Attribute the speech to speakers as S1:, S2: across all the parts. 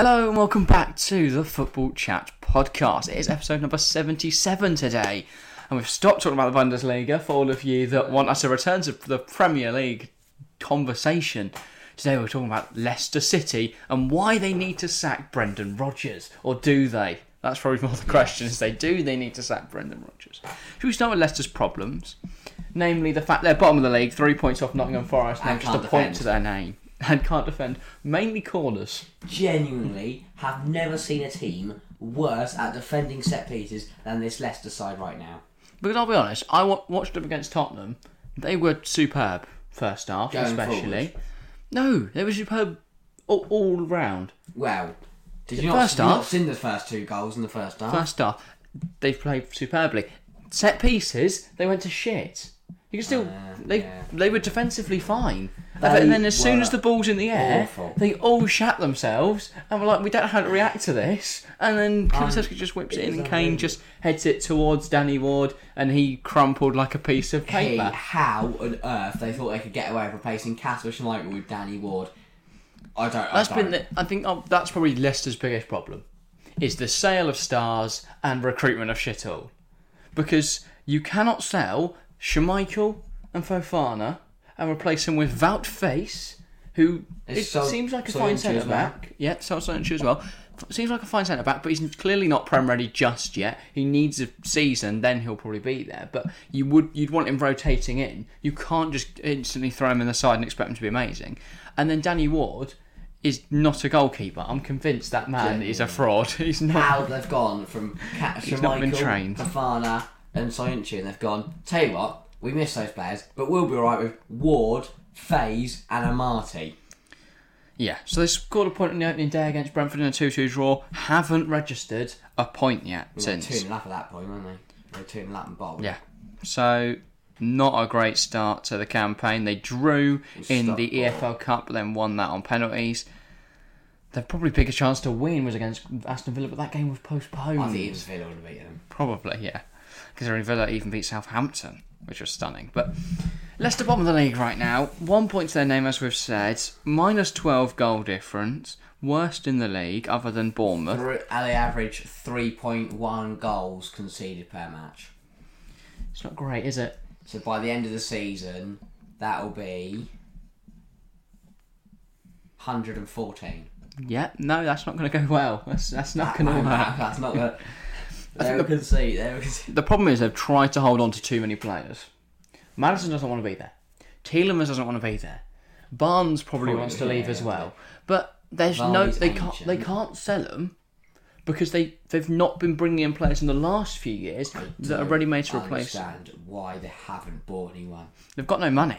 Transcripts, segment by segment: S1: Hello and welcome back to the Football Chat podcast. It is episode number 77 today, and we've stopped talking about the Bundesliga for all of you that want us to return to the Premier League conversation. Today we're talking about Leicester City and why they need to sack Brendan Rodgers, or do they? That's probably more the question is they do they need to sack Brendan Rodgers. Should we start with Leicester's problems? Namely the fact they're bottom of the league, three points off Nottingham Forest, and
S2: And
S1: just a
S2: can't
S1: point
S2: defend.
S1: to their name. And can't defend, mainly corners.
S2: genuinely have never seen a team worse at defending set pieces than this Leicester side right now.
S1: Because I'll be honest, I wa- watched them against Tottenham. They were superb first half,
S2: Going
S1: especially.
S2: forward.
S1: No, they were superb all, all round.
S2: Well, did
S1: The
S2: you
S1: first
S2: not, you not
S1: half-
S2: seen the first two goals in the first half?
S1: First half, they played superbly. Set pieces, they went to shit. You can still, they
S2: Uh, yeah.
S1: they were defensively fine.
S2: They
S1: and then as soon
S2: were
S1: as the ball's in the air,
S2: awful.
S1: they all shat themselves and were like, we don't know how to react to this. And then Kulusevski just whips it
S2: it
S1: in
S2: was
S1: and Kane just heads it towards Danny Ward and he crumpled like a piece of
S2: Hey,
S1: paper.
S2: how on earth they thought they could get away with replacing Casper Schmeichel with Danny Ward? I don't.
S1: That's
S2: I don't.
S1: been the, I think oh, that's probably Leicester's biggest problem is the sale of stars and recruitment of shithole. Because you cannot sell Schmeichel and Fofana and replace them with Vout Face, who
S2: It's
S1: it
S2: Sol-
S1: seems like a
S2: Soyuncu
S1: fine
S2: as
S1: centre back. Yeah, Sol Soyuncu as well. F- Seems like a fine centre back, but he's clearly not Prem ready just yet. He needs a season, then he'll probably be there. But you would you'd want him rotating in. You can't just instantly throw him in the side and expect him to be amazing. And then Danny Ward is not a goalkeeper. I'm convinced that man is a fraud. He's not.
S2: how they've gone from Cat
S1: not been
S2: Schmeichel,
S1: trained.
S2: Fafana, and Soyuncu, and they've gone. Tell you what, we miss those players, but we'll be all right with Ward, Faze, and Amati.
S1: Yeah, so they scored a point in the opening day against Brentford in a 2 2 draw. Haven't registered a point yet
S2: They're two
S1: since.
S2: and a half at that point, weren't they? They're two and a half and bottom.
S1: Yeah, so not a great start to the campaign. They drew in
S2: stuck
S1: the
S2: ball.
S1: EFL Cup, but then won that on penalties. Their probably bigger chance to win was against Aston Villa, but that game was postponed.
S2: I think it was Villa would have beaten them.
S1: Probably, yeah. Considering Villa even beat Southampton, which was stunning. But Leicester bottom of the league right now. One point to their name, as we've said. Minus 12 goal difference. Worst in the league, other than Bournemouth.
S2: Three, uh, they average 3.1 goals conceded per match.
S1: It's not great, is it?
S2: So by the end of the season, that'll be 114.
S1: Yeah, no, that's not going to go well. That's, that's not going to work.
S2: That's not gonna. They were conceded. They were conceded.
S1: The problem is they've tried to hold on to too many players. Madison doesn't want to be there. Telemans doesn't want to be there. Barnes probably
S2: Probably,
S1: wants to leave
S2: yeah,
S1: as
S2: yeah.
S1: well. But there's no
S2: Varney's
S1: they can't
S2: ancient.
S1: they can't sell them because they they've not been bringing in players in the last few years that are ready made to replace.
S2: Understand why they haven't bought anyone?
S1: They've got no money.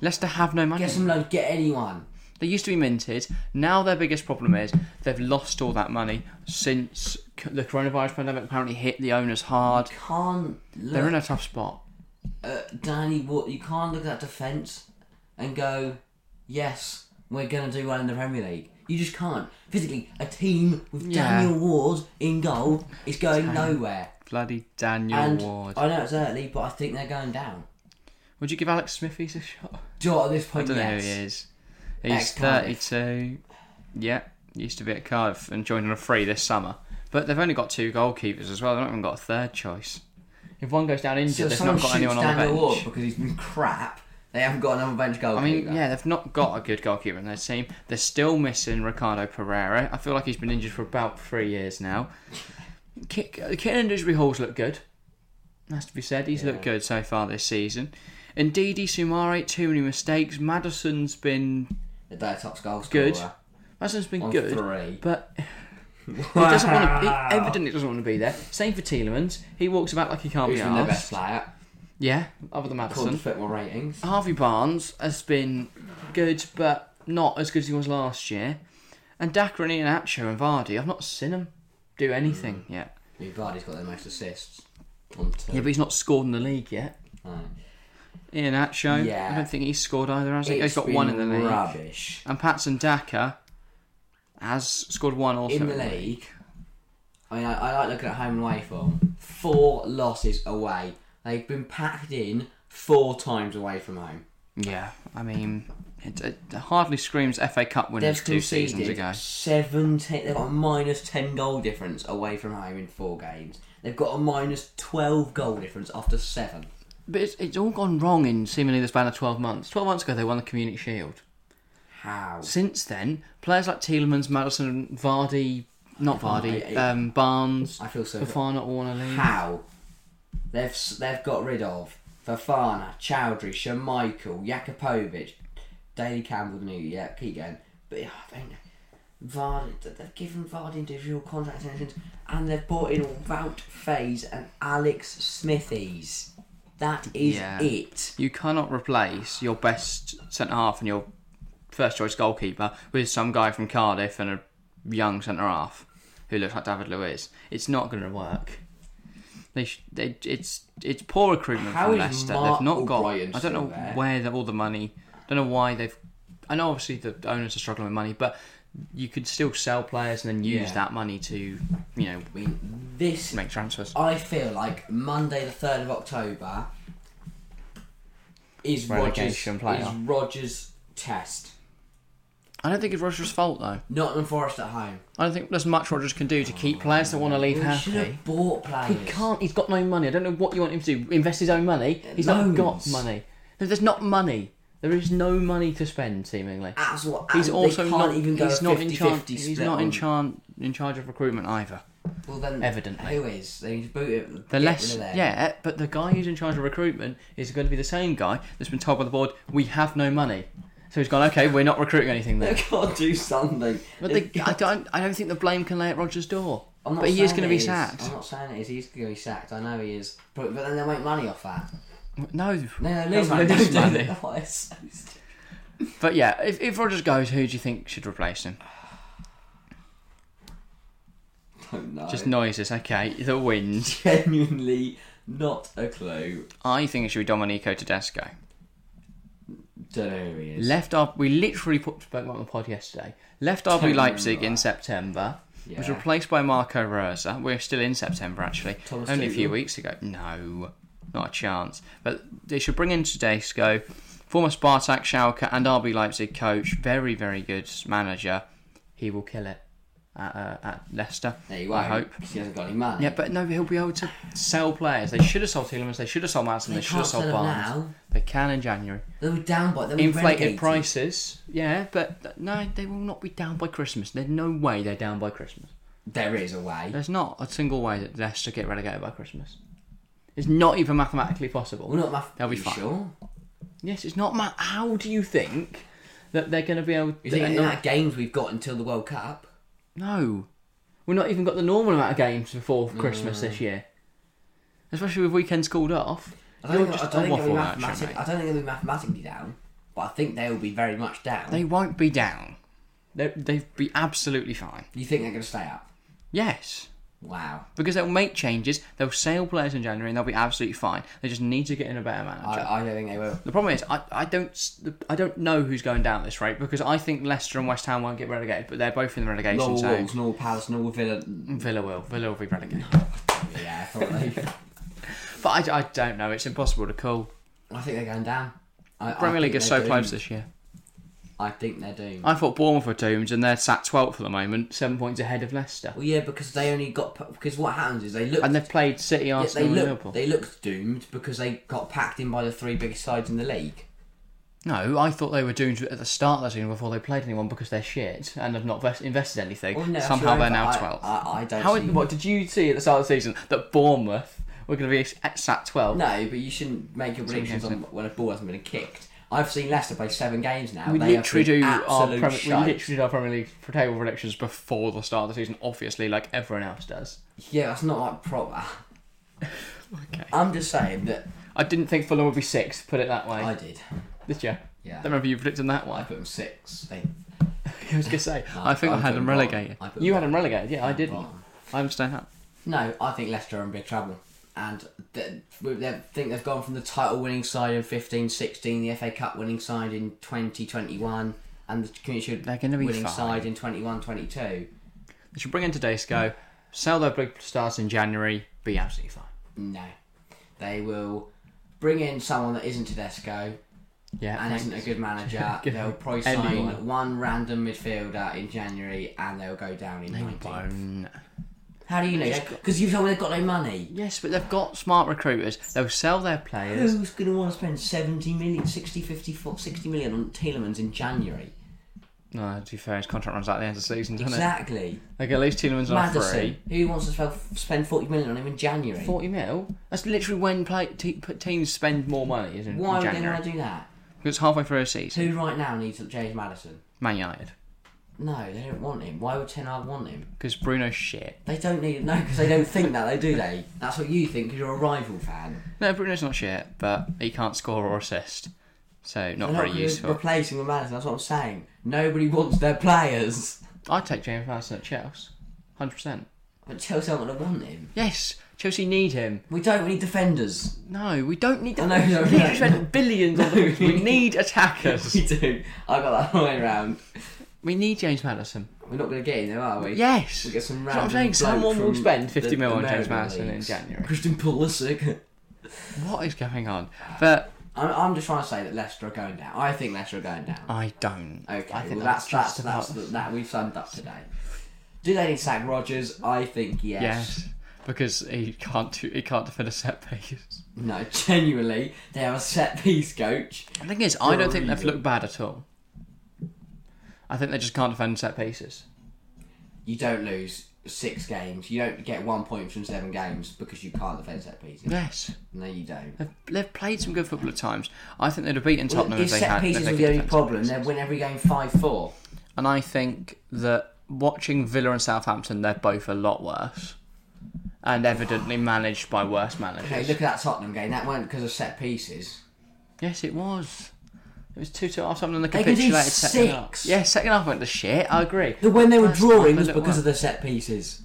S1: Leicester have no money.
S2: Get some loan. Get anyone.
S1: They used to be minted. Now their biggest problem is they've lost all that money since c- the coronavirus pandemic apparently hit the owners hard.
S2: Can't
S1: They're in
S2: look
S1: a tough spot.
S2: at uh, Danny Ward. You can't look at that defence and go, yes, we're gonna do well in the Premier League. You just can't. Physically, a team with
S1: Yeah.
S2: Daniel Ward in goal is going nowhere.
S1: Bloody Daniel
S2: And
S1: Ward.
S2: I know it's early, but I think they're going down.
S1: Would you give Alex Smithies a shot?
S2: Do you know what, at this point?
S1: I don't
S2: yes.
S1: know who he is. He's
S2: Ex-Cardiff.
S1: 32. Yeah, used to be at Cardiff and joined on a free this summer. But they've only got two goalkeepers as well. They've not even got a third choice. If one goes down injured,
S2: So
S1: they've
S2: someone
S1: not got
S2: shoots
S1: anyone on the
S2: Daniel
S1: bench.
S2: Ward because he's been crap. They haven't got another bench goalkeeper.
S1: I mean, yeah, they've not got a good goalkeeper in their team. They're still missing Ricardo Pereira. I feel like he's been injured for about three years now. Kit and Dewsbury Hall's looked good. Has to be said, he's looked good so far this season. Indeedy, Sumare, too many mistakes. Madison's been
S2: They're top goal scorer.
S1: good. Madison's been
S2: On
S1: good,
S2: three.
S1: but he doesn't want to. He evidently doesn't want to be there. Same for Tielemans. He walks about like he can't
S2: Who's
S1: be
S2: been their
S1: arsed.
S2: best player?
S1: Yeah, other than Madison.
S2: According to football ratings.
S1: Harvey Barnes has been good, but not as good as he was last year. And Dakar and Iheanacho and Vardy, I've not seen hthem do anything yet.
S2: Who Vardy's got the most assists. On two.
S1: Yeah, but he's not scored in the league yet.
S2: Right.
S1: Iheanacho,
S2: Yeah.
S1: I don't think he's scored either, has he?
S2: It's
S1: He's got
S2: been
S1: one in the league.
S2: Rubbish.
S1: And Patson Dakar has scored one also.
S2: In the league. I mean, I, I like looking at home and away form. Four losses away. They've been packed in four times away from home.
S1: Yeah, I mean, It, it hardly screams FA Cup winners
S2: They've
S1: two seasons
S2: conceded
S1: ago.
S2: seventeen. They've got a minus ten goal difference away from home in four games. They've got a minus twelve goal difference after seven.
S1: But it's, it's all gone wrong in seemingly the span of 12 months. 12 months ago, they won the Community Shield.
S2: How?
S1: Since then, players like Tielemans, Madison, Vardy, not Vardy,
S2: I- I-
S1: um, Barnes,
S2: I feel so.
S1: Fafana, all want to leave.
S2: How? They've s- they've got rid of Fafana, Chowdhury, Shemichael, Jakubovic, Daley Campbell. New yeah, keep going. But yeah, I don't know. Vardy, th- they've given Vardy individual contract extensions, and they've brought in Wout Faze and Alex Smithies. That is
S1: Yeah.
S2: it.
S1: You cannot replace your best centre half and your first choice goalkeeper with some guy from Cardiff and a young centre half who looks like David Luiz. It's not going to work. They, sh- they, it's it's poor recruitment
S2: How
S1: from
S2: is
S1: Leicester.
S2: Mark
S1: they've not got.
S2: O'Brien
S1: I don't know
S2: still there?
S1: where the, all the money. I don't know why they've. I know obviously the owners are struggling with money, but you could still sell players and then use
S2: Yeah.
S1: that money to you know
S2: I mean, this
S1: make transfers.
S2: I feel like Monday the third of October is Rogers
S1: Relegation
S2: is
S1: playoff.
S2: Rogers test.
S1: I don't think it's Rogers' fault though.
S2: Nottingham Forest at home.
S1: I don't think there's much Rogers can do to keep players that want to leave
S2: We
S1: happy.
S2: should have bought players.
S1: He can't. He's got no money. I don't know what you want him to do. Invest his own money. He's not
S2: Loans.
S1: got money. No, There's not money. There is no money to spend. Seemingly,
S2: That's what.
S1: he's
S2: Ah, they
S1: also
S2: can't
S1: not.
S2: even go
S1: he's
S2: a
S1: not in charge.
S2: 50-50
S1: He's
S2: split
S1: not in
S2: on-
S1: charge. In charge of recruitment either.
S2: Well, then,
S1: evidently.
S2: who is? They need to boot him.
S1: The
S2: get
S1: less,
S2: rid of them.
S1: yeah, but the guy who's in charge of recruitment is going to be the same guy that's been told by the board we have no money. So he's gone. Okay, we're not recruiting anything there.
S2: they can't do something.
S1: But
S2: They've
S1: the, I
S2: got-
S1: don't. I don't think the blame can lay at Rogers' door.
S2: I'm not
S1: But he is
S2: saying
S1: going to
S2: it Oh.
S1: be sacked.
S2: I'm not saying it is. He's going to be sacked. I know he is. But, but then they'll make money off that.
S1: No,
S2: No, no, lose
S1: They'll
S2: money.
S1: lose
S2: Don't do
S1: money.
S2: that. Why it's so stupid.
S1: But yeah, if, if Rogers goes, who do you think should replace him?
S2: Don't know.
S1: Just noises, okay. The wind.
S2: genuinely not a clue.
S1: I think it should be Domenico Tedesco.
S2: Don't know who he is.
S1: Left our, we literally put spoke about it on the pod yesterday. Left RB
S2: Don't
S1: Leipzig
S2: remember
S1: in
S2: that.
S1: September. Was
S2: Yeah.
S1: replaced by Marco Rosa. We're still in September actually.
S2: Thomas
S1: Only a few
S2: Tuchel.
S1: weeks ago. No, not a chance. But they should bring in Tedesco, former Spartak Schalke and RB Leipzig coach, very very good manager. He will kill it at, uh, at Leicester.
S2: There you are.
S1: I hope.
S2: he hasn't got any money.
S1: Yeah, but no, he'll be able to sell players. They should have sold Tielemans, they should have sold Madison, they,
S2: They
S1: should have
S2: can't
S1: sold
S2: sell them
S1: Barnes.
S2: now.
S1: They can in January.
S2: They were down by they were
S1: Inflated
S2: relegated.
S1: prices, yeah, but th- no, they will not be down by Christmas. There's no way they're down by Christmas.
S2: There is a way.
S1: There's not a single way that Leicester get relegated by Christmas. It's not even mathematically possible.
S2: We're not math.
S1: They'll be
S2: you
S1: fine.
S2: Sure.
S1: Yes, it's not. Ma- How do you think that they're going to be able?
S2: You think
S1: and
S2: in
S1: not-
S2: that games we've got until the World Cup?
S1: No. We've not even got the normal amount of games before Christmas this year. Especially with weekends called off.
S2: I
S1: You're
S2: don't, think, I,
S1: just
S2: don't
S1: a
S2: think they'll be
S1: waffle merchant,
S2: mathematic-
S1: mate.
S2: I don't think they'll be mathematically down, but I think they'll be very much down.
S1: They won't be down. They they'd be absolutely fine.
S2: You think they're going to stay up?
S1: Yes.
S2: Wow.
S1: Because they'll make changes, they'll sell players in January, and they'll be absolutely fine. They just need to get in a better manager.
S2: I, I don't think they will.
S1: the problem is, I, I don't s- I don't know who's going down this rate because I think Leicester and West Ham won't get relegated, but they're both in the relegation
S2: Nor
S1: zone.
S2: Wolves, nor Palace, nor Villa.
S1: Villa will. Villa will be relegated.
S2: Yeah, probably.
S1: But I, I don't know. It's impossible to call.
S2: I think they're going down. I, I
S1: Premier League
S2: think
S1: is so
S2: they're
S1: close
S2: doomed.
S1: this year.
S2: I think they're doomed.
S1: I thought Bournemouth were doomed, and they're sat 12th at the moment, seven points ahead of Leicester.
S2: Well, yeah, because they only got pa- because what happens is they look
S1: And they've played City,
S2: yeah, they
S1: Arsenal, and Liverpool.
S2: look they looked doomed because they got packed in by the three biggest sides in the league.
S1: No, I thought they were doomed at the start of that season before they played anyone because they're shit and have not vest- invested anything.
S2: Well, no,
S1: Somehow
S2: sure,
S1: they're
S2: but
S1: now
S2: I-
S1: 12th.
S2: I, I don't.
S1: How,
S2: see-
S1: what did you see at the start of the season that Bournemouth were going to be at sat 12?
S2: No, but you shouldn't make your predictions on when a ball hasn't been kicked. I've seen Leicester play seven games now.
S1: we
S2: they
S1: literally
S2: have
S1: do
S2: been
S1: our
S2: absolute
S1: Premier, we
S2: shite.
S1: literally do our Premier League table predictions before the start of the season, obviously, like everyone else does.
S2: Yeah, that's not like proper.
S1: Okay.
S2: I'm just saying that
S1: I didn't think Fulham would be sixth. Put it that way.
S2: I did.
S1: Did you?
S2: Yeah.
S1: Don't remember you predicted that
S2: I
S1: one.
S2: put them six. They,
S1: I was gonna say. I think I,
S2: I
S1: had them
S2: put them bottom.
S1: relegated.
S2: I put
S1: You
S2: them
S1: had them relegated. Yeah, I didn't.
S2: bottom.
S1: I'm staying up.
S2: no, I think Leicester are in big trouble. And they, they think they've gone from the title winning side in 15 16, the FA Cup winning side in 2021, and the Community Shield
S1: They're gonna be
S2: winning
S1: fine.
S2: side in 21 22.
S1: They should bring in Tedesco, sell their big stars in January, be absolutely fine.
S2: No. They will bring in someone that isn't Tedesco,
S1: Yeah,
S2: and
S1: thanks.
S2: isn't a good manager,
S1: Good.
S2: they'll probably sign
S1: Anyone.
S2: one random midfielder in January and they'll go down in
S1: They
S2: 19th.
S1: won't.
S2: How do you know? Because you told me they've got no money.
S1: Yes, but they've got smart recruiters. They'll sell their players.
S2: Who's going to want to spend 70 million, 60, 50, 40, 60 million on Tielemans in January?
S1: No, to be fair, his contract runs out at the end of the season, doesn't
S2: Exactly.
S1: it? Like at least Tielemans on a
S2: Madison.
S1: free.
S2: Who wants to spell- spend 40 million on him in January?
S1: Forty mil. That's literally when play, te- put teams spend more money. Isn't it? in
S2: Why would they
S1: January?
S2: want to do that?
S1: Because it's halfway through a season.
S2: Who right now needs James Madison?
S1: Man United.
S2: No, they don't want him. Why would Ten Hag want him?
S1: Because Bruno's shit.
S2: They don't need no, because they don't think that, though, do they? That's what you think because you're a rival fan.
S1: No, Bruno's not shit, but he can't score or assist, so not
S2: They're
S1: very
S2: gonna
S1: useful.
S2: Replace him with Madison. That's what I'm saying. Nobody wants their players.
S1: I'd take James Madison at Chelsea, hundred percent.
S2: But Chelsea aren't going to want him.
S1: Yes, Chelsea need him.
S2: We don't. We need defenders.
S1: No, we don't need.
S2: I know, no,
S1: we need
S2: no.
S1: to spend billions on them. We need attackers.
S2: we do. I got that all the way round.
S1: We need James Madison.
S2: We're not going to get him, though, are we?
S1: Yes.
S2: We get some
S1: That's what I'm
S2: random
S1: saying.
S2: bloke
S1: Someone will
S2: from
S1: spend 50
S2: the-
S1: mil on
S2: the
S1: James
S2: American
S1: Madison in
S2: leagues.
S1: January.
S2: Christian Pulisic.
S1: What is going on? But
S2: I'm, I'm just trying to say that Leicester are going down. I think Leicester are going down.
S1: I don't.
S2: Okay,
S1: I think
S2: well, that's that's
S1: just
S2: that's,
S1: about-
S2: the, that we've summed up today. Do they need to sack Rogers? I think yes.
S1: Yes, because he can't do, he can't defend a set piece.
S2: No, genuinely, they have a set piece coach.
S1: The thing is,
S2: For
S1: I
S2: a
S1: don't think they've
S2: reason.
S1: looked bad at all. I think they just can't defend set pieces.
S2: You don't lose six games. You don't get one point from seven games because you can't defend set pieces.
S1: Yes,
S2: No, you don't.
S1: they've, they've played some good football at times. I think they'd have beaten
S2: Well,
S1: Tottenham
S2: if
S1: if they
S2: set
S1: had. if
S2: pieces
S1: they
S2: were
S1: could
S2: the only
S1: defend set
S2: problem,
S1: pieces.
S2: they'd win every game five four.
S1: And I think that watching Villa and Southampton, they're both a lot worse, and evidently managed by worse managers.
S2: Okay, look at that Tottenham game. That weren't because of set pieces.
S1: Yes, it was. It was two two half time, and they
S2: They could do
S1: capitulated second half.
S2: six.
S1: Yeah, second half went to shit. I agree.
S2: The when they were
S1: First
S2: drawing
S1: half
S2: was
S1: a little
S2: because of
S1: worse.
S2: the set pieces.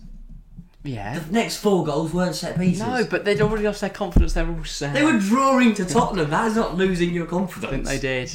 S1: yeah.
S2: The next four goals weren't set pieces.
S1: No, but they'd already lost their confidence. They're all sad.
S2: They were drawing to Tottenham. That is not losing your
S1: I think
S2: confidence.
S1: they did.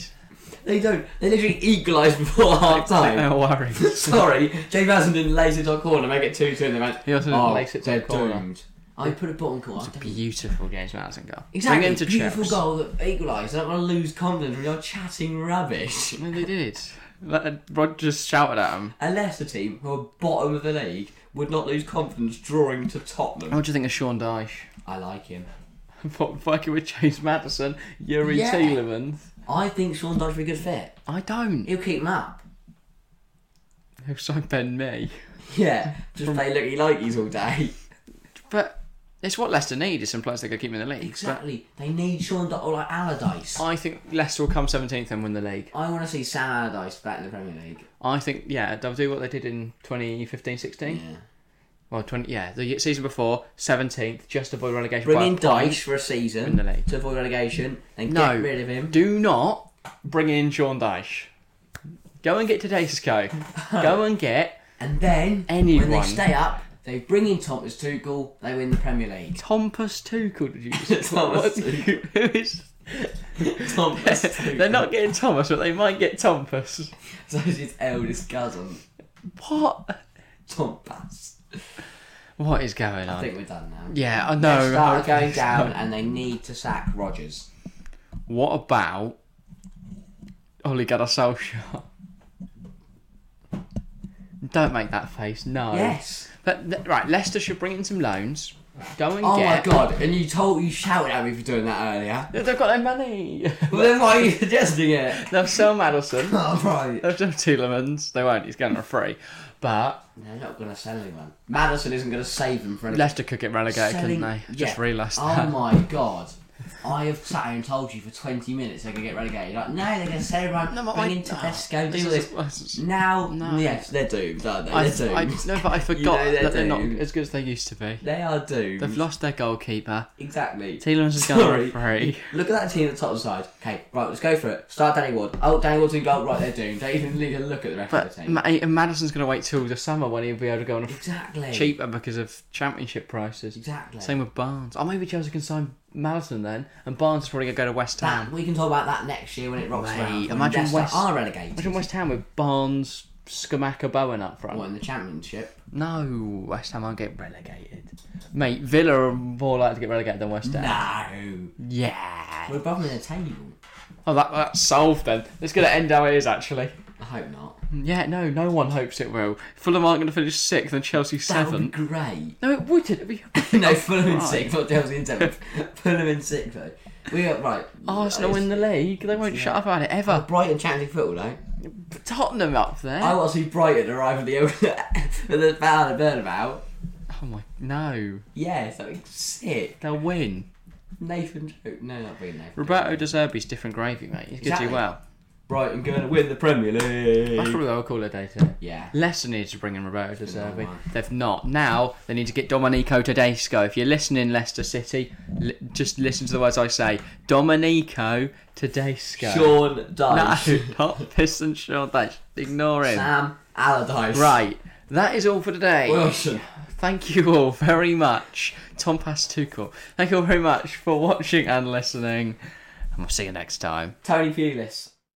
S2: They don't. They literally equalised before half
S1: I think they
S2: time.
S1: were worried.
S2: Sorry, James Madison didn't lace it to a corner, make it 2 2 in the match.
S1: He also didn't
S2: oh,
S1: lace it to
S2: they're
S1: a corner.
S2: doomed. I put a bottom corner. I don't-
S1: Beautiful James Madison goal.
S2: Exactly,
S1: Bring him to
S2: beautiful
S1: Chelsea.
S2: goal that equalised. I don't want to lose confidence when you're chatting rubbish.
S1: No, they did. That- Rodgers shouted at him.
S2: A Leicester team who are bottom of the league would not lose confidence drawing to Tottenham.
S1: What do you think of Sean Dyche?
S2: I like him.
S1: What fucking with James Madison, Yuri
S2: Yeah.
S1: Tielemans?
S2: I think Sean Dodge would be a good fit.
S1: I don't.
S2: He'll keep him up.
S1: He'll so Ben May.
S2: Yeah, just play looky likeys all day.
S1: But it's what Leicester need is some players they could keep in the league. But
S2: Exactly. They need Sean Dodge or like Allardyce.
S1: I think Leicester will come 17th and win the league.
S2: I want to see Sam Allardyce back in the Premier League.
S1: I think, yeah, they'll do what they did in 2015-16.
S2: Yeah.
S1: Well, 20, yeah, the y- season before, 17th, just avoid relegation.
S2: Bring
S1: by a
S2: in
S1: point.
S2: Dyche for a season
S1: Win the league.
S2: to avoid relegation, then
S1: No.
S2: get rid of him.
S1: Do not bring in Sean Dyche. Go and get Tedesco. Go and get
S2: And then
S1: Anyone.
S2: when they stay up, they bring in Thomas Tuchel, they win the Premier League.
S1: Tompus Tuchel. Did you just
S2: Thomas
S1: What- who is-
S2: Thomas Tuchel.
S1: They're not getting Thomas, but they might get Tompus.
S2: So it's his eldest cousin,
S1: What?
S2: Tom Bass.
S1: What is going
S2: I
S1: on?
S2: think we're done now.
S1: Yeah, I
S2: They
S1: know.
S2: start going down and they need to sack Rogers.
S1: What about Ole Gunnar Solskjaer? Don't make that face. No.
S2: Yes.
S1: But th- right, Leicester should bring in some loans. Go and
S2: Oh
S1: get.
S2: my god, and you told you shouted at me for doing that earlier.
S1: They've got no money.
S2: Well then why are you suggesting it?
S1: They'll sell Madison.
S2: Oh right.
S1: They'll sell Tielemans. They won't. He's going for free. But
S2: They're not gonna sell anyone. Madison isn't gonna save them for anything.
S1: Leicester could get relegated, couldn't they?
S2: Selling-
S1: I
S2: yeah.
S1: Just realised
S2: Oh
S1: that.
S2: my god. I have sat here and told you for 20 minutes they're going to get relegated. Like, no, they're going to sell everyone,
S1: No, but
S2: bring
S1: I-
S2: in Tedesco,
S1: This
S2: do all
S1: is-
S2: this.
S1: this is-
S2: Now,
S1: No.
S2: yes, they're doomed, aren't they?
S1: I,
S2: they're
S1: I,
S2: doomed.
S1: no, but I forgot
S2: know they're
S1: that they're not
S2: doomed.
S1: as good as they used to be.
S2: They are doomed.
S1: They've lost their goalkeeper.
S2: Exactly.
S1: Tielemans is
S2: Mm. Sorry.
S1: going for free.
S2: Look at that team at the top side. Okay, right, let's go for it. Start Danny Ward. Oh, Danny Ward's in goal. Right, they're doomed. They even need a look at the rest of
S1: But
S2: the team.
S1: Ma- and Madison's going to wait till the summer when he'll be able to go on a f-
S2: exactly.
S1: cheaper because of championship prices.
S2: Exactly.
S1: Same with Barnes. Oh, maybe Chelsea can sign Madison then, and Barnes is probably going to go to West
S2: That,
S1: Ham.
S2: we can talk about that next year when it rocks
S1: Mate,
S2: around. when
S1: imagine
S2: Leicester
S1: West-
S2: are relegated.
S1: Imagine West Ham with Barnes, Skamaka, Bowen up front.
S2: What, in the championship?
S1: No, West Ham won't get relegated. Mate, Villa are more likely to get relegated than West Ham.
S2: No.
S1: Yeah.
S2: We're above them in the table.
S1: Oh, that, that's solved then. It's going to end how it is, actually.
S2: I hope not.
S1: Yeah, no, no one hopes it will. Fulham aren't going to finish sixth and Chelsea
S2: That would be
S1: seventh.
S2: great.
S1: No, it wouldn't. It'd be...
S2: no, Fulham in
S1: Oh, Right.
S2: sixth, not Chelsea in seventh. Fulham in sixth, though. We got right.
S1: Arsenal Oh, in the league. They won't shut up about it
S2: Uh,
S1: ever.
S2: Brighton challenging football, though.
S1: But Tottenham up there.
S2: I want to see Brighton arrive at the at the Battle of Burnabout.
S1: Oh my no,
S2: Yes, that would be sick.
S1: they'll win.
S2: Nathan Jones. No, not being Nathan.
S1: Roberto De Zerbi's different gravy, mate. He's going to
S2: Exactly.
S1: do well.
S2: Brighton going to win the Premier
S1: That's
S2: League.
S1: probably what I'll call it a day today.
S2: Yeah.
S1: Leicester needed to bring in Roberto De
S2: Been a long
S1: Zerbi.
S2: while.
S1: They've not. Now they need to get Domenico Tedesco. If you're listening, Leicester City, li- just listen to the words I say. Domenico Tedesco.
S2: Sean
S1: No,
S2: Dyche.
S1: not Piston Sean Dyche. Ignore him.
S2: Sam Allardyce.
S1: Right. That is all for today.
S2: Wilson.
S1: Thank you all very much. Tom Pastuco. Thank you all very much for watching and listening. And we'll see you next time.
S2: Tony Pulis.